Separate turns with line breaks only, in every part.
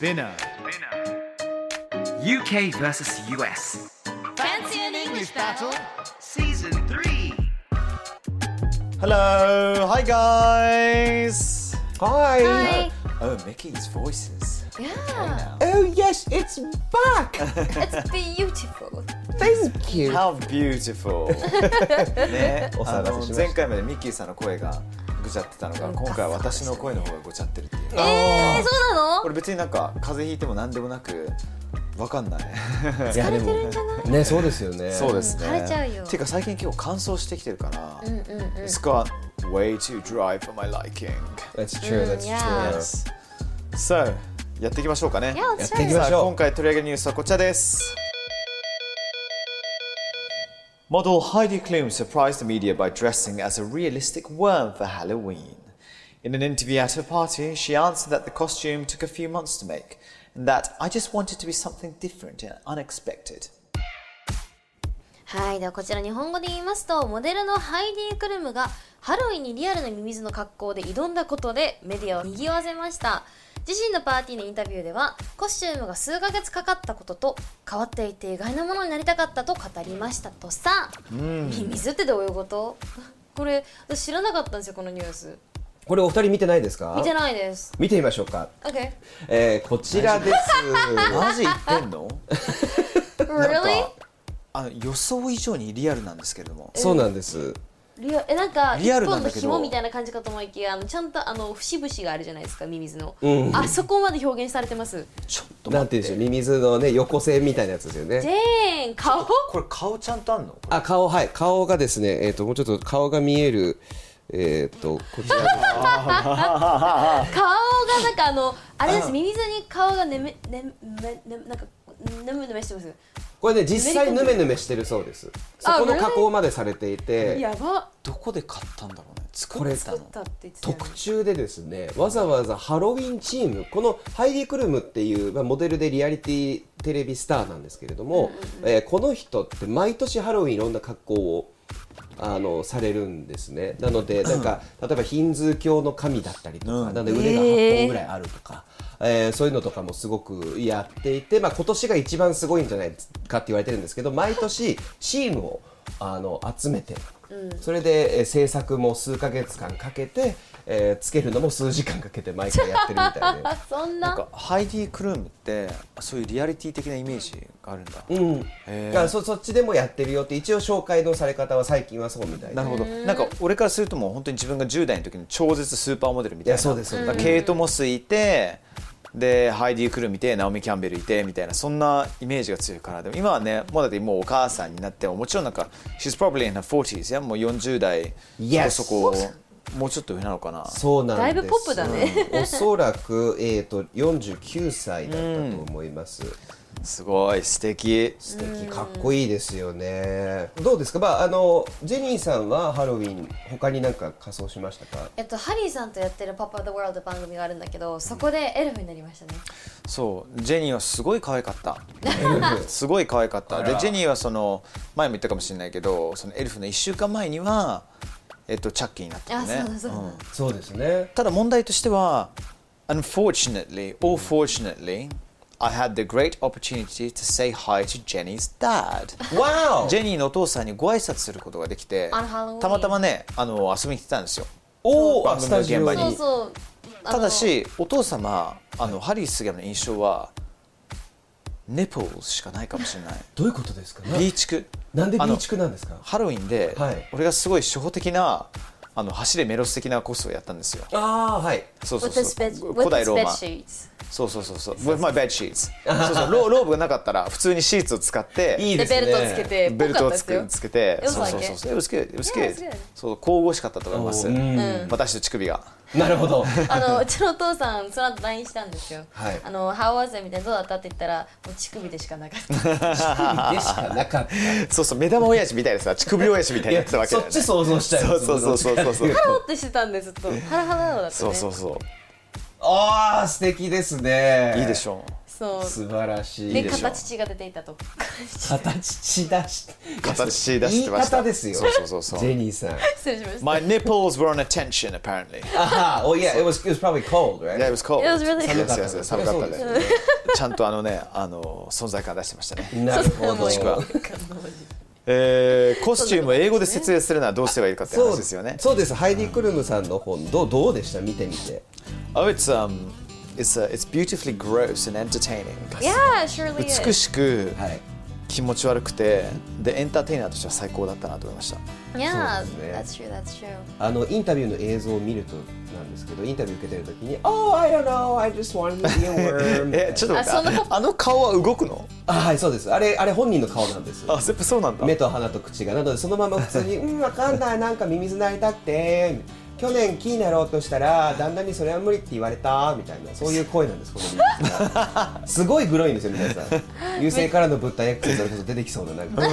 ピナー
Spinner.
UK versus US.
Fancy an English battle?
Season 3.
Hello. Hi, guys.
Hi.
Hi.
Oh, Mickey's voices.
Yeah,
Oh yes, it's back.
it's beautiful.
Thank you.
How beautiful. ね、
お
あ
騒がせ
の
しました
前回までミッキーさんの声がぐちゃってたのが、今回は私の声の方がごちゃってるっていう。
えー、そうな
こ
の
れ別になんか風邪ひいても何でもなく、わかんない。
疲れてるんじゃない？ね、そうですよね。
そうですね。
うん枯れちゃうよ
てか最近今日乾燥してきてるから、
うんうんうん。
It's got way too dry for my liking.
That's
Mm,
true. That's true.
yeah.
Yes. So やっていきましょうかね。
Yeah, let's
やっ
try
てい
it.
きまし
さあ
ょ
今回取り上げるニュースはこちらですモデル Heidi Klum surprised the media by dressing as a realistic worm for Halloween. In an interview at her party, she answered that the costume took a few months to make, and that I just wanted to be something different and unexpected.
はい、ではこちら日本語で言いますと、モデルのハイディ・クルムがハロウィンにリアルなミミズの格好で挑んだことでメディアを賑わせました。自身のパーティーのインタビューでは、コスチュームが数ヶ月かかったことと、変わっていて意外なものになりたかったと語りましたとさ。ミミズってどういうことこれ、私知らなかったんですよ、このニュース。
う。これお二人見てないですか？
見てないです。
見てみましょうか。
Okay.
えー、こちらです。
マジ言ってんのなん
Really?
かあの予想以上にリアルなんですけれども。
そうなんです。
リアえなんか
リアル
一
な
本
ん
の
だけど
紐みたいな感じかと思いきやあのちゃんとあの節々があるじゃないですかミミズの、あそこまで表現されてます
ちょっと
な
待
ん
って
いうん
て
でしょう、ミミズのね横線みたいなやつですよ
ジ
ね。
ェーン顔
これ顔ちゃんとあんの
あ、顔はい、顔がですね、えっ、ともうちょっと顔が見える、えっ、とこちらです。
顔がなんかあのあれですミミズに顔がねめねめねなんかねむねめしてます
これね実際ヌメヌメしてるそうです。そこの加工までされていて。
やば
どこで買ったんだろうね。作
これ
った
作っ
の。
たって言ってたよね
特注でですねわざわざハロウィンチームこのハイディ・クルムっていう、まあ、モデルでリアリティテレビスターなんですけれども、えーこの人って毎年ハロウィンいろんな格好をあのされるんですねなのでなんか例えばヒンズー教の神だったりとか、
うん
なんで腕が8本ぐらいあるとか、えーそういうのとかもすごくやっていて、まあ、今年が一番すごいんじゃないかって言われてるんですけど毎年チームをあの集めてそれで、えー制作も数ヶ月間かけて、えーつけるのも数時間かけて毎回やってるみたいで
あ そん
な
なん
かハイディ・クルームってそういうリアリティ的なイメージがあるんだ、
うん、
へー
だからそそっちでもやってるよって一応紹介のされ方は最近はそうみたい
な
な
るほどなんか俺からするともう本当に自分が10代の時に超絶スーパーモデルみたいない
やそうですそうです
だからケイト・モスいてでハイディ・クルームいてナオミ・キャンベルいてみたいなそんなイメージが強いからでも今はねもうだってもうお母さんになってもちろんなんか She's probably in her 40s やもう40代
Yes
そこそこもうちょっと上なのかな
そうなんです
だいぶポップだね
うんおそらく、えー、と49歳だったと思います、
すごい素敵
素敵かっこいいですよねどうですか、まあ、あのジェニーさんはハロウィン他になんか仮装しましたか
えっと、ハリーさんとやってる「パパ・ザ・ワールド」番組があるんだけどそこでエルフになりましたね
そうジェニーはすごい可愛かったすごい可愛かったでジェニーはその前も言ったかもしれないけどそのエルフの1週間前には、えっと、チャッキーになってた
あ、
ね
そうだそうだ、
うん
そうですね
ただ問題としては Unfortunately or fortunately I had the great opportunity to say hi to Jenny's dad
わお
ジェニーのお父さんにご挨拶することができて
On Halloween
たまたまねあの遊びに来てたんですよ
おー
番
あ
組
ス
の
タジ
現場
オ
に
そう
に
そうあの
ただしお父様あのハリー杉山の印象はネポーズしかないかもしれない
どういうことですか
ビーチク
なんでビ
あの
ーチクなんですか
ハロウィンで、
はい
俺がすごい初歩的なあの走れメロス的なコースをやったんですよ
ああーはい
そうそう
With the
そう
spread-
古
with
代
the
ローマ
spreadsheets
そうそうそうそう With my bed sheets そうそうローローブがなかったら普通にシーツを使って
いい
で
ですね
ベルトつけて
ベルトをつ
ぽか
け
ったですよ
つけて
It was
そうそうそう It was good It was
Yeah, it
good
was good
そう神々しかったと思います
おー
私と乳首が
なるほ ど。
あのうちのお父さんその後 LINE したんですよ「
はい
あの How was it?」みたいな「どうだった?」って言ったら「もう乳首でしかなかった」
乳首でしかなかっ
そうそう目玉親父みたいなさ乳首親父みた
た。
い
い
になって
や
たわけ
そ
だよ
っ
ね
ち想像しちゃいます
そうそうそうそうそう
ハローってしてたんですずっとハラハラだったね
そうそうそ
ああ素敵ですね。
ういいでしょう
そう
素晴らしい
で
でしょ。
形血が出ていたと 失
形血出し
形出してました
言い方ですよ。
そうそうそうそう
ジェニーさん。
礼しました
My nipples were on attention apparently
ああ、oh yeah, it was it was probably cold, right?
Yeah, it was cold
It was really-
寒かったです
寒
寒か
かっ
ったた
で
ですす
ね
ちゃんとあのねあの存在感出してましたね
なるほ
も
ど。
しく
はえー、コスチュームを英語で説明するのはどうすればいいかって
そう
話ですよね。
そうです。ハイディクルムさんの本どうどうでした見てみて。
Oh, it's um, it's uh, it's beautifully gross and entertaining.
Yeah, surely
美
is.
しく
はい。
気持ち悪くてでエンターテイナーとしては最高だったなと思いました。
Yeah,
そうで
that's true, that's true.
あのインタビューの映像を見るとなんですけど、インタビュー受けてるときに、Oh, I don't know, I just wanted to be a worm.
えちょっと待
あそん
っ
な
て
こ
ああの顔は動くの？
あはいそうですあれあれ本人の顔なんです
あやっぱそうなんだ。
目と鼻と口がなのでそのまま普通 に「うんわかんないなんかミミズなりたくて」去年木になろうとしたら旦那にそれは無理って言われたみたいなそういう声なんですこのミミズがすごいグロいんですよ皆さん 優勢からの物体 X それこそ出てきそうななんか、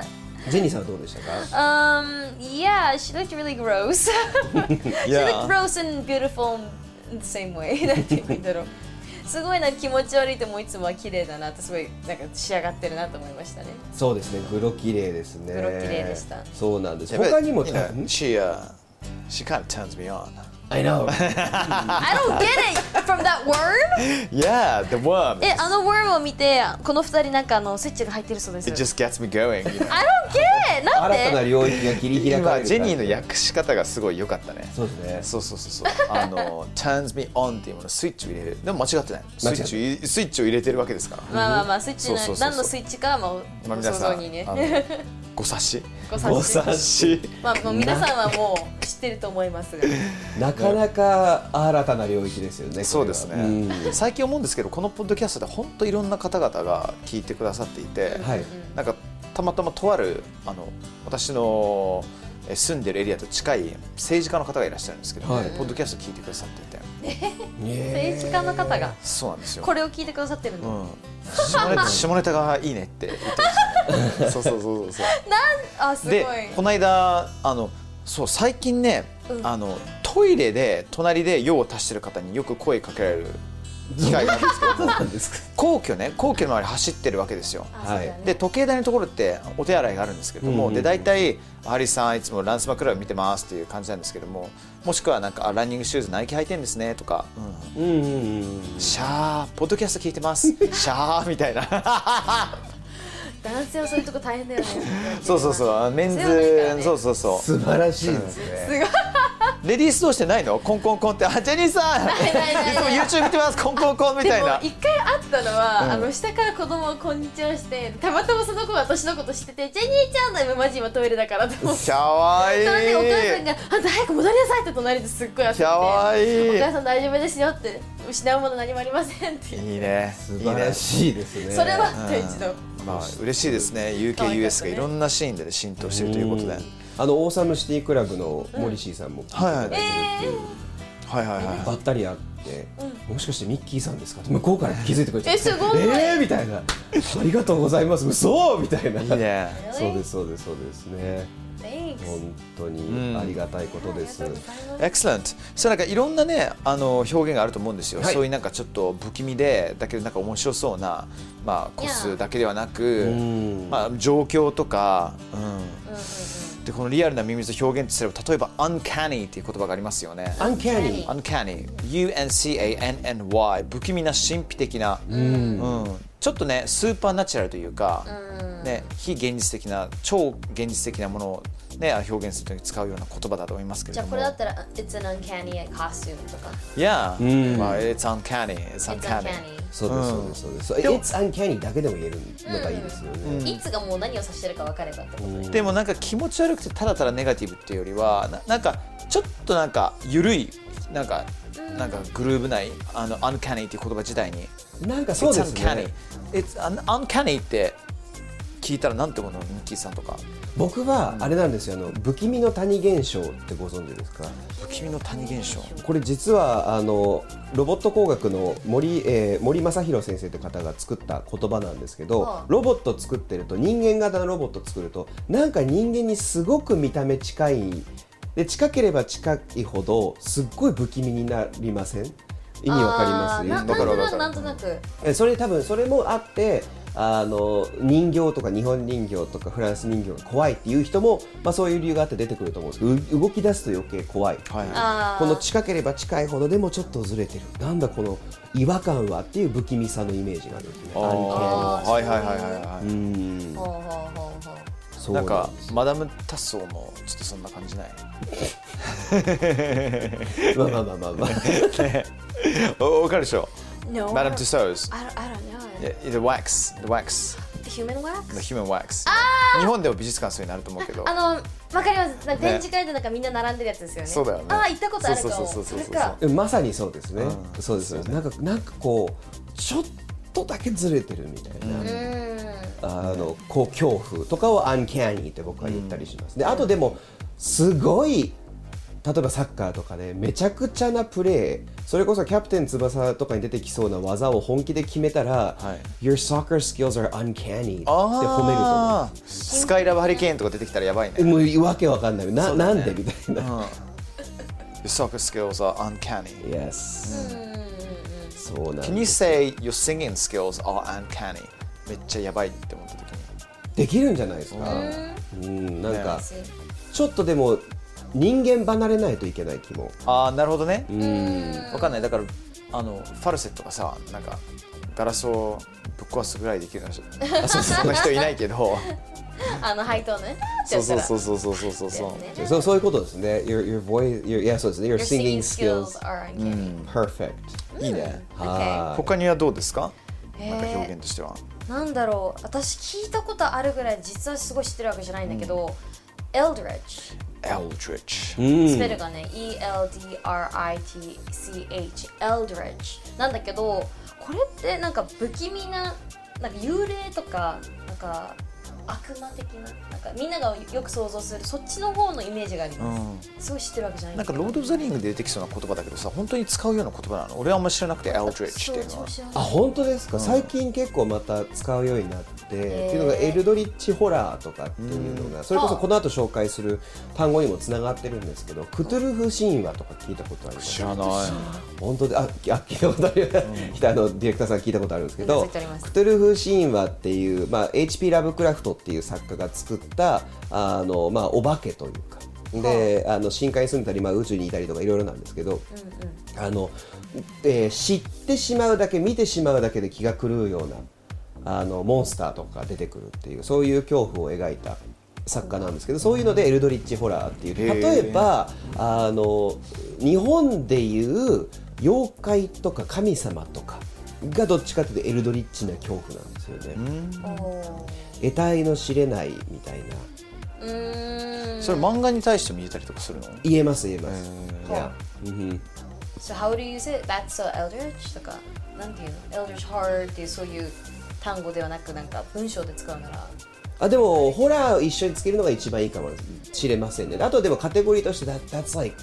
うんジェニーさんはどうでしたか
Um, yeah, she looked really gross. she
Yeah.
looked gross and beautiful in the same way. なんて言えばいいんだろう。すごいなんか気持ち悪いともいつもは綺麗だなってすごいなんか仕上がってるなと思いましたね。
そうですねグロ綺麗ですね
グロ綺麗でした
そうなんです
Yeah, but,
他にも
you
た
know, she uh, she kind of turns me on.
I know
I don't get it from that worm!
Yeah, the worm.
え、あの worm を見てこの二人なんかあのスイッチが入ってるそうです
It。just gets me going. you know.
I don't get it! なん
新たな
で
領域が切り開かれ
今
る
ジェニーの訳し方がすごい良かったね。
そうですね
そうそうそうそう。あの turns me on っていうものスイッチを入れる。でも間違ってない。ス
間
イ
違ってな
ッ
い
チを入れスイッチを入れてるわけですから。
まあまあまあスイッチの
そうそうそうそう
何のスイッチかはまあお
まあ
ご
皆
想
さ
像
ん
にね。
あの ご察し。
ご察し
察し。
まあもう皆さんはもう知ってると思いますが。
なかなか新たな領域ですよね。
そうです
これはうん
ね。最近思うんですけど、このポッドキャストで本当いろんな方々が聞いてくださっていて、
はい。
なんかたまたまとあるあの私のえ住んでるエリアと近い政治家の方がいらっしゃるんですけど、
はい
ポッドキャスト聞いてくださっていて、
政
政治家の方が
そうなんですよ。
これを聞いてくださってるの。
うん下ネタ下ネタがいいねって言ってましたねそうそうそうそうそ
あす
う
ごい。
でこの間あのそう最近ね、
うん
あのトイレで隣で用を足してる方によく声かけられる機会があるんですけど
なんですか。
皇居ね皇居の周り走ってるわけですよ
あそうだよね
で時計台のところってお手洗いがあるんですけれども、
うんうん
で大体「ハリーさんいつもランスマクラブ見てます」っていう感じなんですけどももしくはなんかあ「ランニングシューズナイキ履いてんですね」とか、うん
うんうんうん。
シャーポッドキャスト聞いてますシャーみたいな
男性はそういうとこ大変だよね。
そうそうそう、あメンズ、
強いからね
そうそうそ
素晴らしいですね。
う。レディースどうしてないの？コンコンコンって、あジェニーさん、い
いないない
つも YouTube 見てます、コンコンコンみ
でも
たいな。
一回会ったのは、あの下から子供をこんにちはしてたまたまその子が私のこと知ってて「ジェニーちゃんだよマジ今トイレだから」と思って。
可愛い
それでお母さん
い。
が「あんた早く戻りなさい」って隣ですっごい焦って「
可愛い
お母さん大丈夫ですよ」って「失うもの何もありません」って、
いいね。
素晴らしいですね。
それはあった一度
いいね。まあ嬉しいですね。
可愛かったね
UKUS がいろんなシーンでね浸透してるということで。はい
あのオーサムシティクラブのモリシーさんも聞いていただいてるっていう
はいは
ばったり会って、もしかしてミッキーさんですかって向こうから気づいてくれて、
えすごい
えーみたいな、ありがとうございます、嘘みたいな。
い。いいね。
そうですそうですそうですね。
Thanks
本当にありがたいことです。
ありがとうございます
Excellent。そうなんかいろんなねあの表現があると思うんですよ。
はい
そういうなんかちょっと不気味でだけどなんか面白そうなまあコスだけではなく、
ん
まあ状況とか、うん、でこのリアルなミミズを表現すれば例えば uncanny っていう言葉がありますよね。
アンキャニー。
uncanny、uncany、不気味な神秘的な、うんちょっとねスーパーナチュラルというか、ね非現実的な超現実的なものをね表現するときに使うような言葉だと思いますけれど
じゃあ
も。
これだったら「It's an uncanny costume」とか
Yeah. Well, it's uncanny. It's
「It's
uncanny.
uncanny」
そうですそうですそうです。そう It's uncanny だけでも言えるのがいいですよね。
いつがもう何を指してるか分かればってことね。
でもなんか気持ち悪くてただただネガティブっていうよりはななんかちょっとなんか緩いなんかなんかグルーブないあの uncanny っていう言葉自体に
なんかそうです
It's uncanny
ね。
It's un- uncanny って聞いたらなんてこのミッキーさんとか
僕はあれなんですよあの不気味の谷現象ってご存知ですか
不気味の谷現象
これ実はあのロボット工学の森,、えー森正弘先生という方が作った言葉なんですけ
は
ど
い
ロボット作ってると人間型のロボット作るとなんか人間にすごく見た目近いで近ければ近いほどすっごい不気味になりません意味わかりま
あ
す
ーな
わかるわかる
なんとなくなんとなく
えそれ多分それもあってあの人形とか日本人形とかフランス人形が怖いっていう人も、まあ、そういう理由があって出てくると思うんですけどう動き出すと余計怖い、
はい
あー
この近ければ近いほどでもちょっとずれてるなんだこの違和感はっていう不気味さのイメージがあるんですね
あー
ア
あー
はいはいはいはいは
ンケーのうん
ほうほうほうほう
そう
いなんか
です
マダム・タッソーもちょっとそんな感じない
まあまあまあまあまあ
おわかるでしょ
No.
Madame Tussauds
I don't, I don't know.
Yeah, The wax The wax
The human
The
wax?
human wax 日本でも美術館そういうのあると思うけど
あの、わかります。なんか展示会でなんかみんな並んでるやつですよね。
そうだよね
あー、行ったことあるかも。
そうそうそうそうそう
それか。
まさにそうですね
うん
そうですよ
そう
なんかなんかこうちょっとだけずれてるみたいな、
うーん。
あのこう恐怖とかをアンキャニーって僕は言ったりします、であとでもすごい例えばサッカーとかでめちゃくちゃなプレーそれこそキャプテン翼とかに出てきそうな技を本気で決めたら、
は
Your soccer skills are uncanny って褒めると思う
ああスカイラブハリケーンとか出てきたらやばいね
もうわけわかんないな,、
そうだ
な
ね
んでみたいな、
Your soccer skills are uncanny
Yes そうなん
Can
で
you
す
say your singing skills are uncanny めっちゃやばいって思った時に
できるんじゃないですかうんなんか
ね
ちょっとでも人間離れないといけない気も
ああなるほどねわかんないだからあのファルセットがさなんかガラスをぶっ壊すぐらいできるような 人そんな人いないけど
あの、配当のね。
そうそうそううそうそうそうそうそう
そうそういうことですね Your, your voice your, yeah, そうですね Your
Your singing
singing
skills
skills
are uncanny.
Perfect.
いいね
Okay.
はい
他にはどうですか
えー
なんか表現としては
なんだろう。私聞いたことあるぐらい、実はすごい知ってるわけじゃないんだけど、Eldritch。
Eldritch
スペルがね、E-L-D-R-I-T-C-H。Eldritch。なんだけど、これってなんか不気味な、なんか幽霊とか、なんか、悪魔的ななんかみんながよく想像するそっちの方のイメージがあります、すごい知ってるわけじゃない
なんかロード・オブ・ザ・リングで出てきそうな言葉だけどさ本当に使うような言葉なの俺はあんま知らなくて Eldritch っていうのは
そう調子悪い
あ本当ですか、最近結構また使うようになって、っていうのがエルドリッチホラーとかっていうのがそれこそこの後紹介する単語にもつながってるんですけどクトゥルフ神話とか聞いたことあります
知らない
本当であきあ聞いたことあるよ、 あのディレクターさん聞いたことあるんですけ
うな
ど
ずいております
クトゥルフ神話っていう、まあ、H.P. ラブクラフトっていう作家が作ったあの、まあ、お化けというかであの深海に住んでたり、まあ、宇宙にいたりとかいろいろなんですけど、あのえー知ってしまうだけ見てしまうだけで気が狂うようなあのモンスターとかが出てくるっていうそういう恐怖を描いた作家なんですけどそういうのでエルドリッチホラーっていう
へー
例えばあの日本でいう妖怪とか神様とかがどっちかっていうとエルドリッチな恐怖なんですよね。
おー
得体の知れないみたい
う
な
ーん
それ漫画に対しても言えたりとかするの
言えます言えます。いやうん
So how do you say it? That's so eldritch とかなんていうの Eldritch horror っていうそういう単語ではなくなんか文章で使うなら
あでもホラーを一緒につけるのが一番いいかもしれませんねあとでもカテゴリーとして that, that's like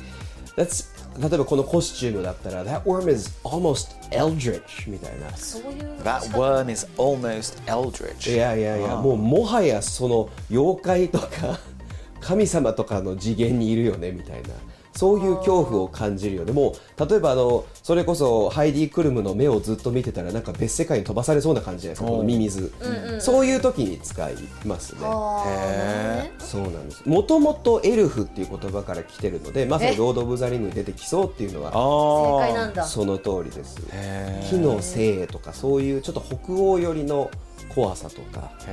that's 例えばこのコスチュームだったら That worm is almost eldritch みたいな
そういう
That worm is almost Eldritch
いやいやいやもうもはやその妖怪とか 神様とかの次元にいるよねみたいなそういう恐怖を感じるよねもう例えばあのそれこそハイディ・クルムの目をずっと見てたらなんか別世界に飛ばされそうな感じじゃないですかこのミミズ、そういう時に使いますね。
あーなるほどね
そうなんですもともとエルフっていう言葉から来てるのでまさに「ロード・オブ・ザ・リング」に出てきそうっていうのは
正
あ
解なんだ
その通りです木の精とかそういうちょっと北欧寄りの怖さとか
あ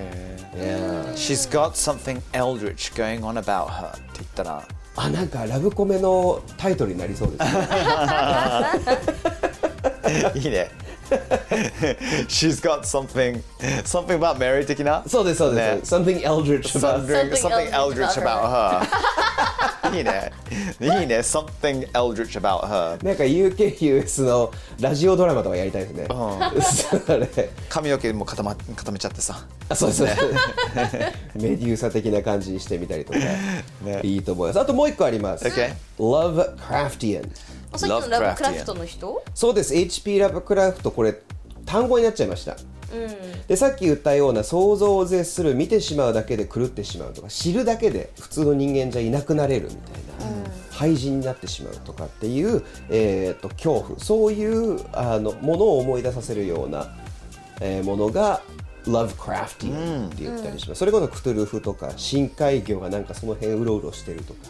Yeah
She's got something Eldritch going on about her って言ったら
あなんかラブコメのタイトルになりそうです ね
いいね She's got something something about Mary 的な
そうですそうです、Something Eldritch about
Something, something
Something
Eldritch
eldritch
about her いいね。いいね。Something eldritch about her.
なんか UKUS のラジオドラマとかやりたいですね、 それ
髪の毛も固ま固めちゃってさ。
あそうですねメデューサ的な感じにしてみたりとか、いいと思いますあともう一個あります、
Okay.
Love Craftian
あさっきのラブクラフト
Lovecraftian
の人
そうです HP ラブクラフトこれ単語になっちゃいました、でさっき言ったような想像を絶する見てしまうだけで狂ってしまうとか知るだけで普通の人間じゃいなくなれるみたいな、廃人になってしまうとかっていう、えー、と恐怖そういうあのものを思い出させるような、えーものが Lovecraftian って言ったりします、それこそクトゥルフとか深海魚がなんかその辺うろうろしてるとか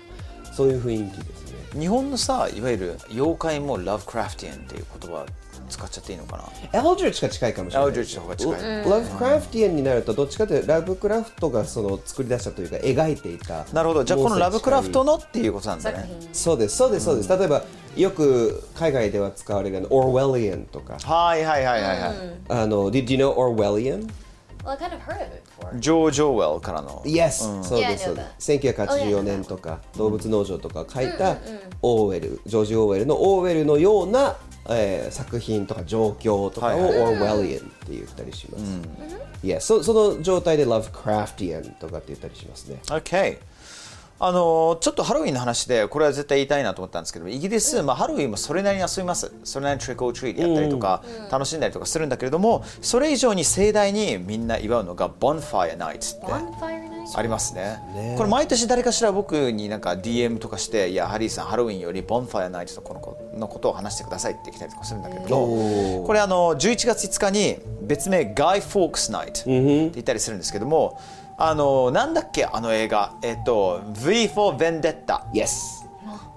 そういう雰囲気ですね
日本のさ、いわゆる妖怪も Lovecraftian っていう言葉使っちゃっていいのかな。
エルジッチが近いかもしれない。
Eldritch の方が近い
ラブクラフティエンになると、どっちかというと、ラブクラフトがその作り出したというか、描いていた。
なるほど。じゃあこのラブクラフト。のっていうことなんだ
作
ね。
品
そうです、そうです、そうです。例えば、よく海外では使われるあのオーウェリアンとか、
はいはいはいはいはい。
あの、Did you know Orwellian?
Well, I kind of heard of it before
ジョージョーウェルからの。
Yes、そう
Yeah, I
で
know
す、そうです。1984年とか、動物農場とかを書いた、オーウェル、ジョージ・オーウェルのオーウェルのような、えー作品とか状況とかを
はい
オーウェリアンって言ったりします。いや、そその状態でラブクラフティエンとかって言ったりしますね。
Okay. あのちょっとハロウィンの話でこれは絶対言いたいなと思ったんですけどイギリス、まあ、ハロウィンもそれなりに遊びますそれなりにトリックオートリートやったりとか、楽しんだりとかするんだけれどもそれ以上に盛大にみんな祝うのがボンファイアナイツって
Bonfire Night?
ありますねこれ毎年誰かしら僕になんか DM とかして「いやハリーさんハロウィンよりボンファイアナイツのこの子のことを話してください」って来たりとかするんだけれどこれあの11月5日に別名ガイ・フォークス・ナイトって言ったりするんですけどもあのなんだっけあの映画えっと「V for Vendetta」
Yes。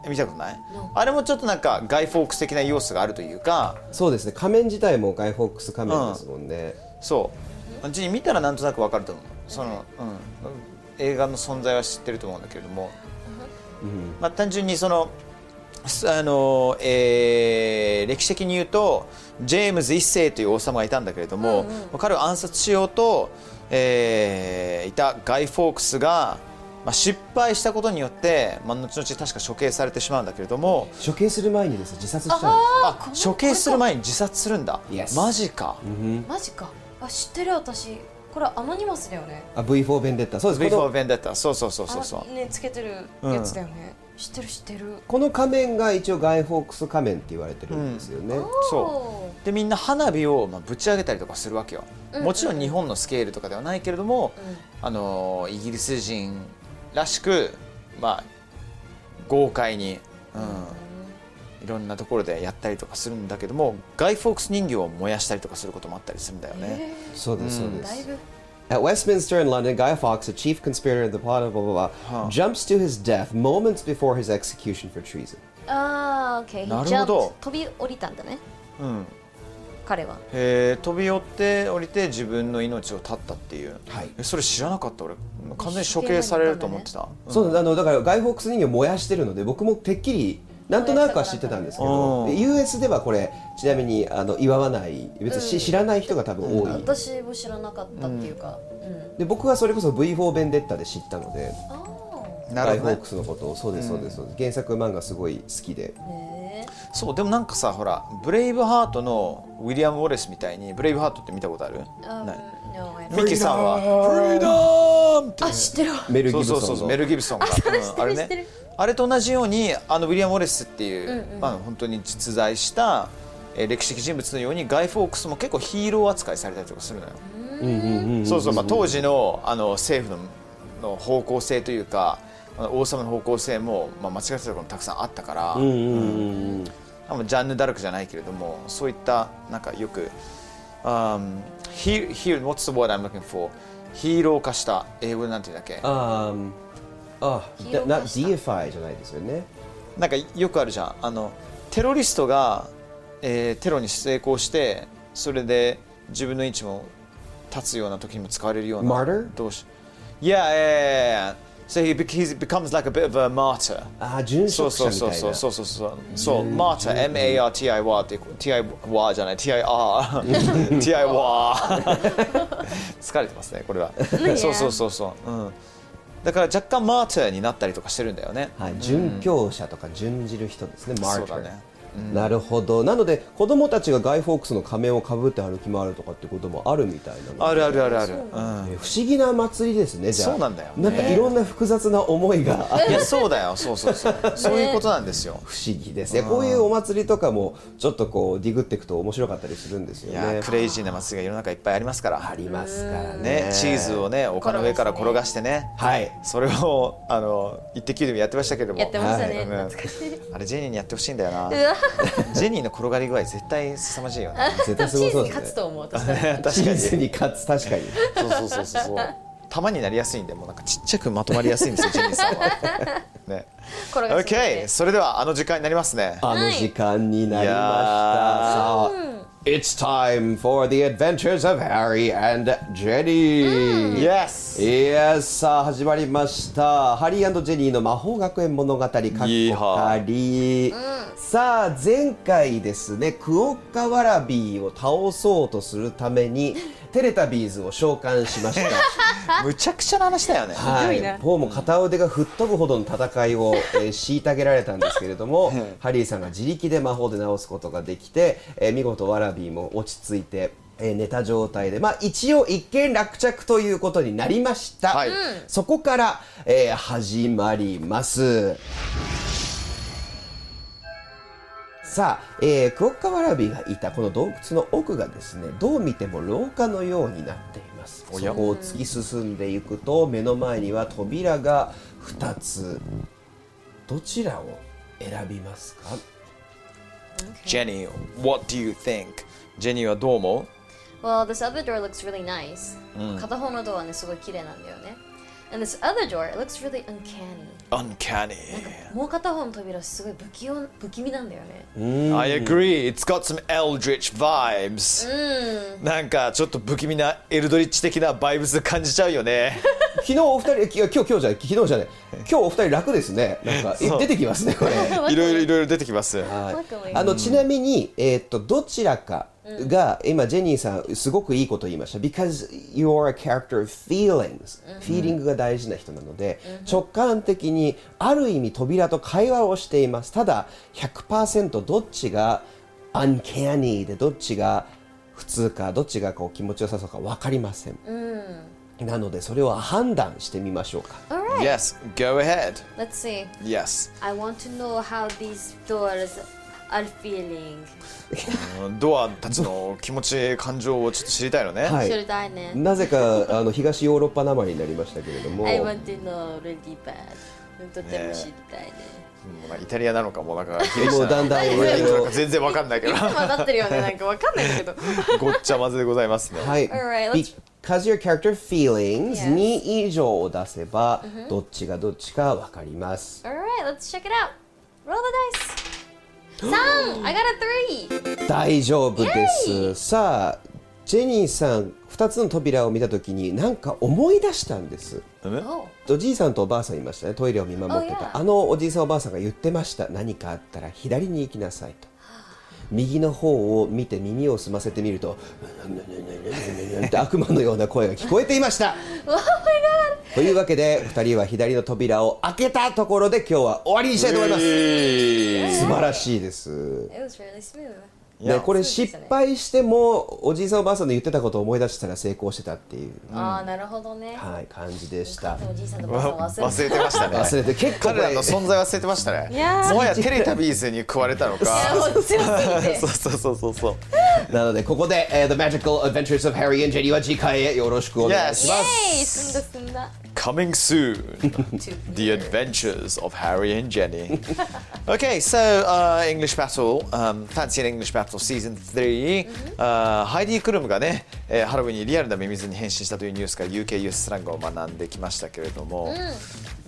見たことないあれもちょっとなんかガイ・フォークス的な要素があるというか
そうですね。仮面自体もガイフォックス仮面ですもんね。
そううちに見たらなんとなくわかると思うその、うん、映画の存在は知ってると思うんだけれども、まあ、単純にそのすあの、えー歴史的に言うとジェームズ一世という王様がいたんだけれども、彼を暗殺しようと、えーいたガイ・フォークスが、まあ、失敗したことによって、まあ、後々確か処刑されてしまうんだけれども、
処刑する前にですね自殺したんです
あ処刑する前に自殺するんだ、
Yes
マジか。
マジかあ知ってる私これアノニマスだよね
あ、V4 ベンデッタ。そうです。
V
こ
for
の
Vendetta そうそうそうそうそう
あねつけてるやつだよね、知ってる知ってる
この仮面が一応ガイフォックス仮面って言われてるんですよね。
そうでみんな花火をまあぶち上げたりとかするわけよ、もちろん日本のスケールとかではないけれども、あのーイギリス人らしくまあ豪快に、うんいろんなところでやったりとかするんだけどもガイ・フォークス人形を燃やしたりとかすることもあったりするんだよね、
そうですそうで
だい
す。
ぶ
At Westminster in London, Guy Fawkes, a chief conspirator of the plot of blah blah blah, jumps to his death moments before his execution for treason.
あー OK
なるほど
He jumped 飛び降りたんだね
うん
彼は
へー飛び寄って降りて自分の命を絶ったっていう、
はい
えそれ知らなかった俺完全に処刑されると思ってた、
そうあのだからガイフォックス人形燃やしてるので僕もてっきりなんとなくは知ってたんですけど、
うん
US ではこれちなみにあの祝わない別にし、知らない人が多分多い、
私も知らなかったっていうかうん、
で僕はそれこそ V4 ベンデッタで知ったので
あー
な
ガイ
る
フ
ほど
ォー
ね
クスのことをそうですそうですそうです、原作漫画すごい好きで
へ
そうでもなんかさほらブレイブハートのウィリアム・ウォレスみたいにブレイブハートって見たことある
えあ
ない
ー
ミキさんは「フリーダーム!」って
あ知ってるわ
メル・ギ
そ
ブ
う
ソ
そう
ンの
そうそうメル・ギブソンがうんあれ
知ってる
ねあれと同じようにあのウィリアム・ウォレスっていう、まあ、本当に実在した、えー歴史的人物のようにガイ・フォークスも結構ヒーロー扱いされたりとかするのよ。そうそうまあ、当時のあの政府のの方向性というかあの王様の方向性も、まあ、間違ってたところもたくさんあったから、あのジャンヌ・ダルクじゃないけれどもそういったなんかよく、um, he, he, what's the word I'm looking for? ヒーロー化した英語でなんていうんだっけ
あーあ
ヒーロ
だ
ー化
な
した
DFI じゃないですよね
なんかよくあるじゃんあのテロリストが、えーテロに成功してそれで自分の位置も立つような時にも使われるような
Martyr？
どうし Yeah, yeah, yeah, yeah. So he, bec- he becomes like a bit of a martyr.
ああ殉
そう
職
そ
者
う
みた
そそ
いうな
うそうそうそうそう、マーチャー MARTIR って TIR じゃない TIR TIR 疲れてますねこれはそうそうそうそう、うん、だから若干マーターになったりとかしてるんだよね。
はい、殉教者とか殉じる人ですね、マータ
そう
ー、
だね
なるほど、なので子供たちがガイ・フォークスの仮面をかぶって歩き回るとかってこともあるみたいなので
あるあるあるある。うん
えー不思議な祭りですね、じゃあ、
そうなんだよ
なんかいろんな複雑な思いがあ
いやそうだよそうそうそうそういうことなんですよ、
不思議ですね、こういうお祭りとかもちょっとこうディグっていくと面白かったりするんですよ
いや
ね
ークレイジーな祭りが世の中いっぱいありますから
ありますからね
ねチーズをね丘の上から転がしてね
はい
それをあの「イッテ Q!」でもやってましたけども
やってましたね
はいうん
懐かし
あれジェニーにやってほしいんだよなジェニーの転がり具合絶対凄まじいよね
絶対す
チーズ
ごそう
に
で
勝つ
すね
と思う 私は
確か
チー
に
ズに勝つ確かに
そうそうそうそうそう玉になりやすいんでもうなんかちっちゃくまとまりやすいんですよジェニーさんはね
転がしてみて
OK それではあの時間になりますね
あの時間になりました。さあ、It's time for the adventures of Harry and Jenny!、
Yes!
いやさあ始まりましたハリージェニーの魔法学園物語かっこか
いいは
りさあ前回ですねクオッカワラビーを倒そうとするためにテレタビーズを召喚しました
むちゃくちゃな話だよね
はい、ポーも片腕が吹っ飛ぶほどの戦い を、えー、虐げられたんですけれどもハリーさんが自力で魔法で治すことができて、えー見事ワラビーも落ち着いて、えー寝た状態で、まあ、一応一件落着ということになりました、
はいうん
そこから、えー始まります。さあ、えークオッカワラビーがいたこの洞窟の奥がですねどう見ても廊下のようになっています
お
そ
や
こを突き進んでいくと目の前には扉が2つどちらを選びますか
ジェニー What do you think? ジェニーはどう思う
Well, this other door looks really nice. 片方のドアね、すごい綺麗なんだよね。And this other door looks really uncanny.
Uncanny.
もう片方の扉すごい不器用不気味なんだよね。
I agree. It's got some Eldritch vibes. なんかちょっと不気味なエルドリッチ的なバイブス感じちゃうよね。
昨日お二人えき今日今日じゃない昨日じゃない今日お二人楽ですねなんかえ
そう
出てきますねこれ
いろいろいろいろ出てきます。
Luckily.
あのちなみに、えーっとどちらかが、今ジェニーさんすごくいいこと言いました because you are a character of feelings、フィーリングが大事な人なので、直感的にある意味扉と会話をしていますただ100%どっちが uncanny でどっちが普通かどっちがこう気持ちよさそうか分かりません、なのでそれを判断してみましょうか
Alright,
Yes, go ahead.
let's see.
Yes.
I want to know how these doors are feeling.
ドアたちの気持ち、感情をちょっと知りたいのね。
はい
知りたいね。
なぜかあの東ヨーロッパなまりになりましたけれども
I want to know really bad. とても知りたいね。
もうなんかイタリアなのかもうなんかギリシャ
も
な
うだんだんいろい
の
ろ
か全然わかんないけ ど
いつも分かってるよね、なんか分かんないけど。
ごっちゃまぜでございますね。
はい。
Alright, let's-
Because your character feelings
Yes.
2以上を出せば、どっちがどっちかわかります。
Alright, let's check it out. Roll the dice. 3! I got a 3!
大丈夫です。さあ、ジェニーさん、2つの扉を見たときに、なんか思い出したんです。
Oh.
おじいさんとおばあさんいましたね、トイレを見守ってた。
Oh, yeah.
あのおじいさん、おばあさんが言ってました。何かあったら左に行きなさいと。右の方を見て耳を澄ませてみると、って悪魔のような声が聞こえていました。
Oh my god!
というわけで2人は左の扉を開けたところで今日は終わりにしたいと思います、素晴らしいです、
It was really smooth.
でこ
そ
れ
うでし
失
たね
敗してもおじいさんおばあさんの言ってたことを思い出したら成功してたっていう、
ああ、なるほどね。
はい、感じでした
おじいさんとばあさん
わ
忘れ
忘
て
れてましたね。
忘れて結構こ
彼ら
れ
の存在忘れてましたね。
やー
もはやテレタビーズに食われたの
た。も
か。
う強すぎて
そうそうそうそうそう。
なのでここで、えー The Magical Adventures of Harry and Jenny は次回へよろしくお願いします、
イェイ済んだ済んだ。
Coming soon, the adventures of Harry and Jenny. okay, so uh, English Battle, um, Fancy an English Battle Season 3、uh, ハイディ・クルムがね、えーハロウィンにリアルなミミズに変身したというニュースから UK ユーススラングを学んできましたけれども、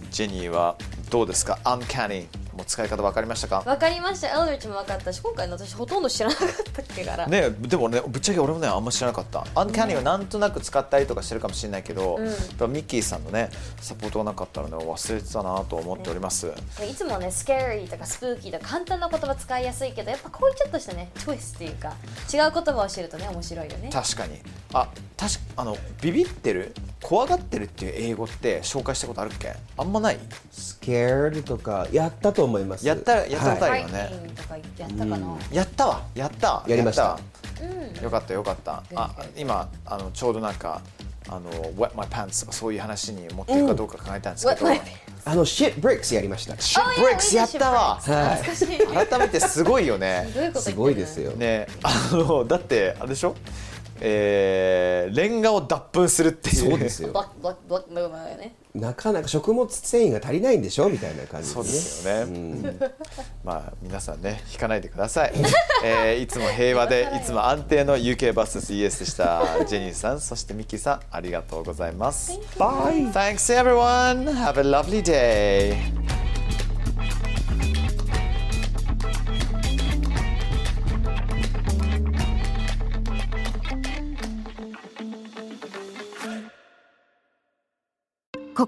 ジェニーはどうですか ?Uncanny。もう使い方分かりましたか
わかりましたエルドリッチも分かったし今回の私ほとんど知らなかったっけから、
ね、でもねぶっちゃけ俺もねあんま知らなかったアンキャニーはなんとなく使ったりとかしてるかもしれないけど、
ん
やっぱミッキーさんのねサポートがなかったので忘れてたなと思っております、
でいつもねスケーリーとかスプーキーとか簡単な言葉使いやすいけどやっぱこういうちょっとしたねチョイスっていうか違う言葉を知るとね面白いよね
確かにあ確かあのビビってる怖がってるっていう英語って紹介したことあるっけあんまない
scared とかやったと思います
やったやったことある
フ
は
ァ
い
イティングとかやったかな、うん
やったわやった
やりました
わよかったよかったあ今あのちょうどなんかあの Wet My Pants とかそういう話に持っていくかどうか考えたんですけど、
Wet my
あの shit bricks やりました
シップブレックスやったわ
は
難しいどういう
改めてすごいよね
こと言って
い
る
すごいですよ
ねあのだってあれでしょえー、レンガを脱粉するっていう
そうです
ブ
よ
ラックブラックブラックブラックだよね
なかなか食物繊維が足りないんでしょみたいな感じ
そうですよね、まあ皆さんね引かないでください、 えーいつも平和でいつも安定の UKVSES でしたジェニーさんそしてミッキーさんありがとうございます Bye Thanks everyone Have a lovely day
こ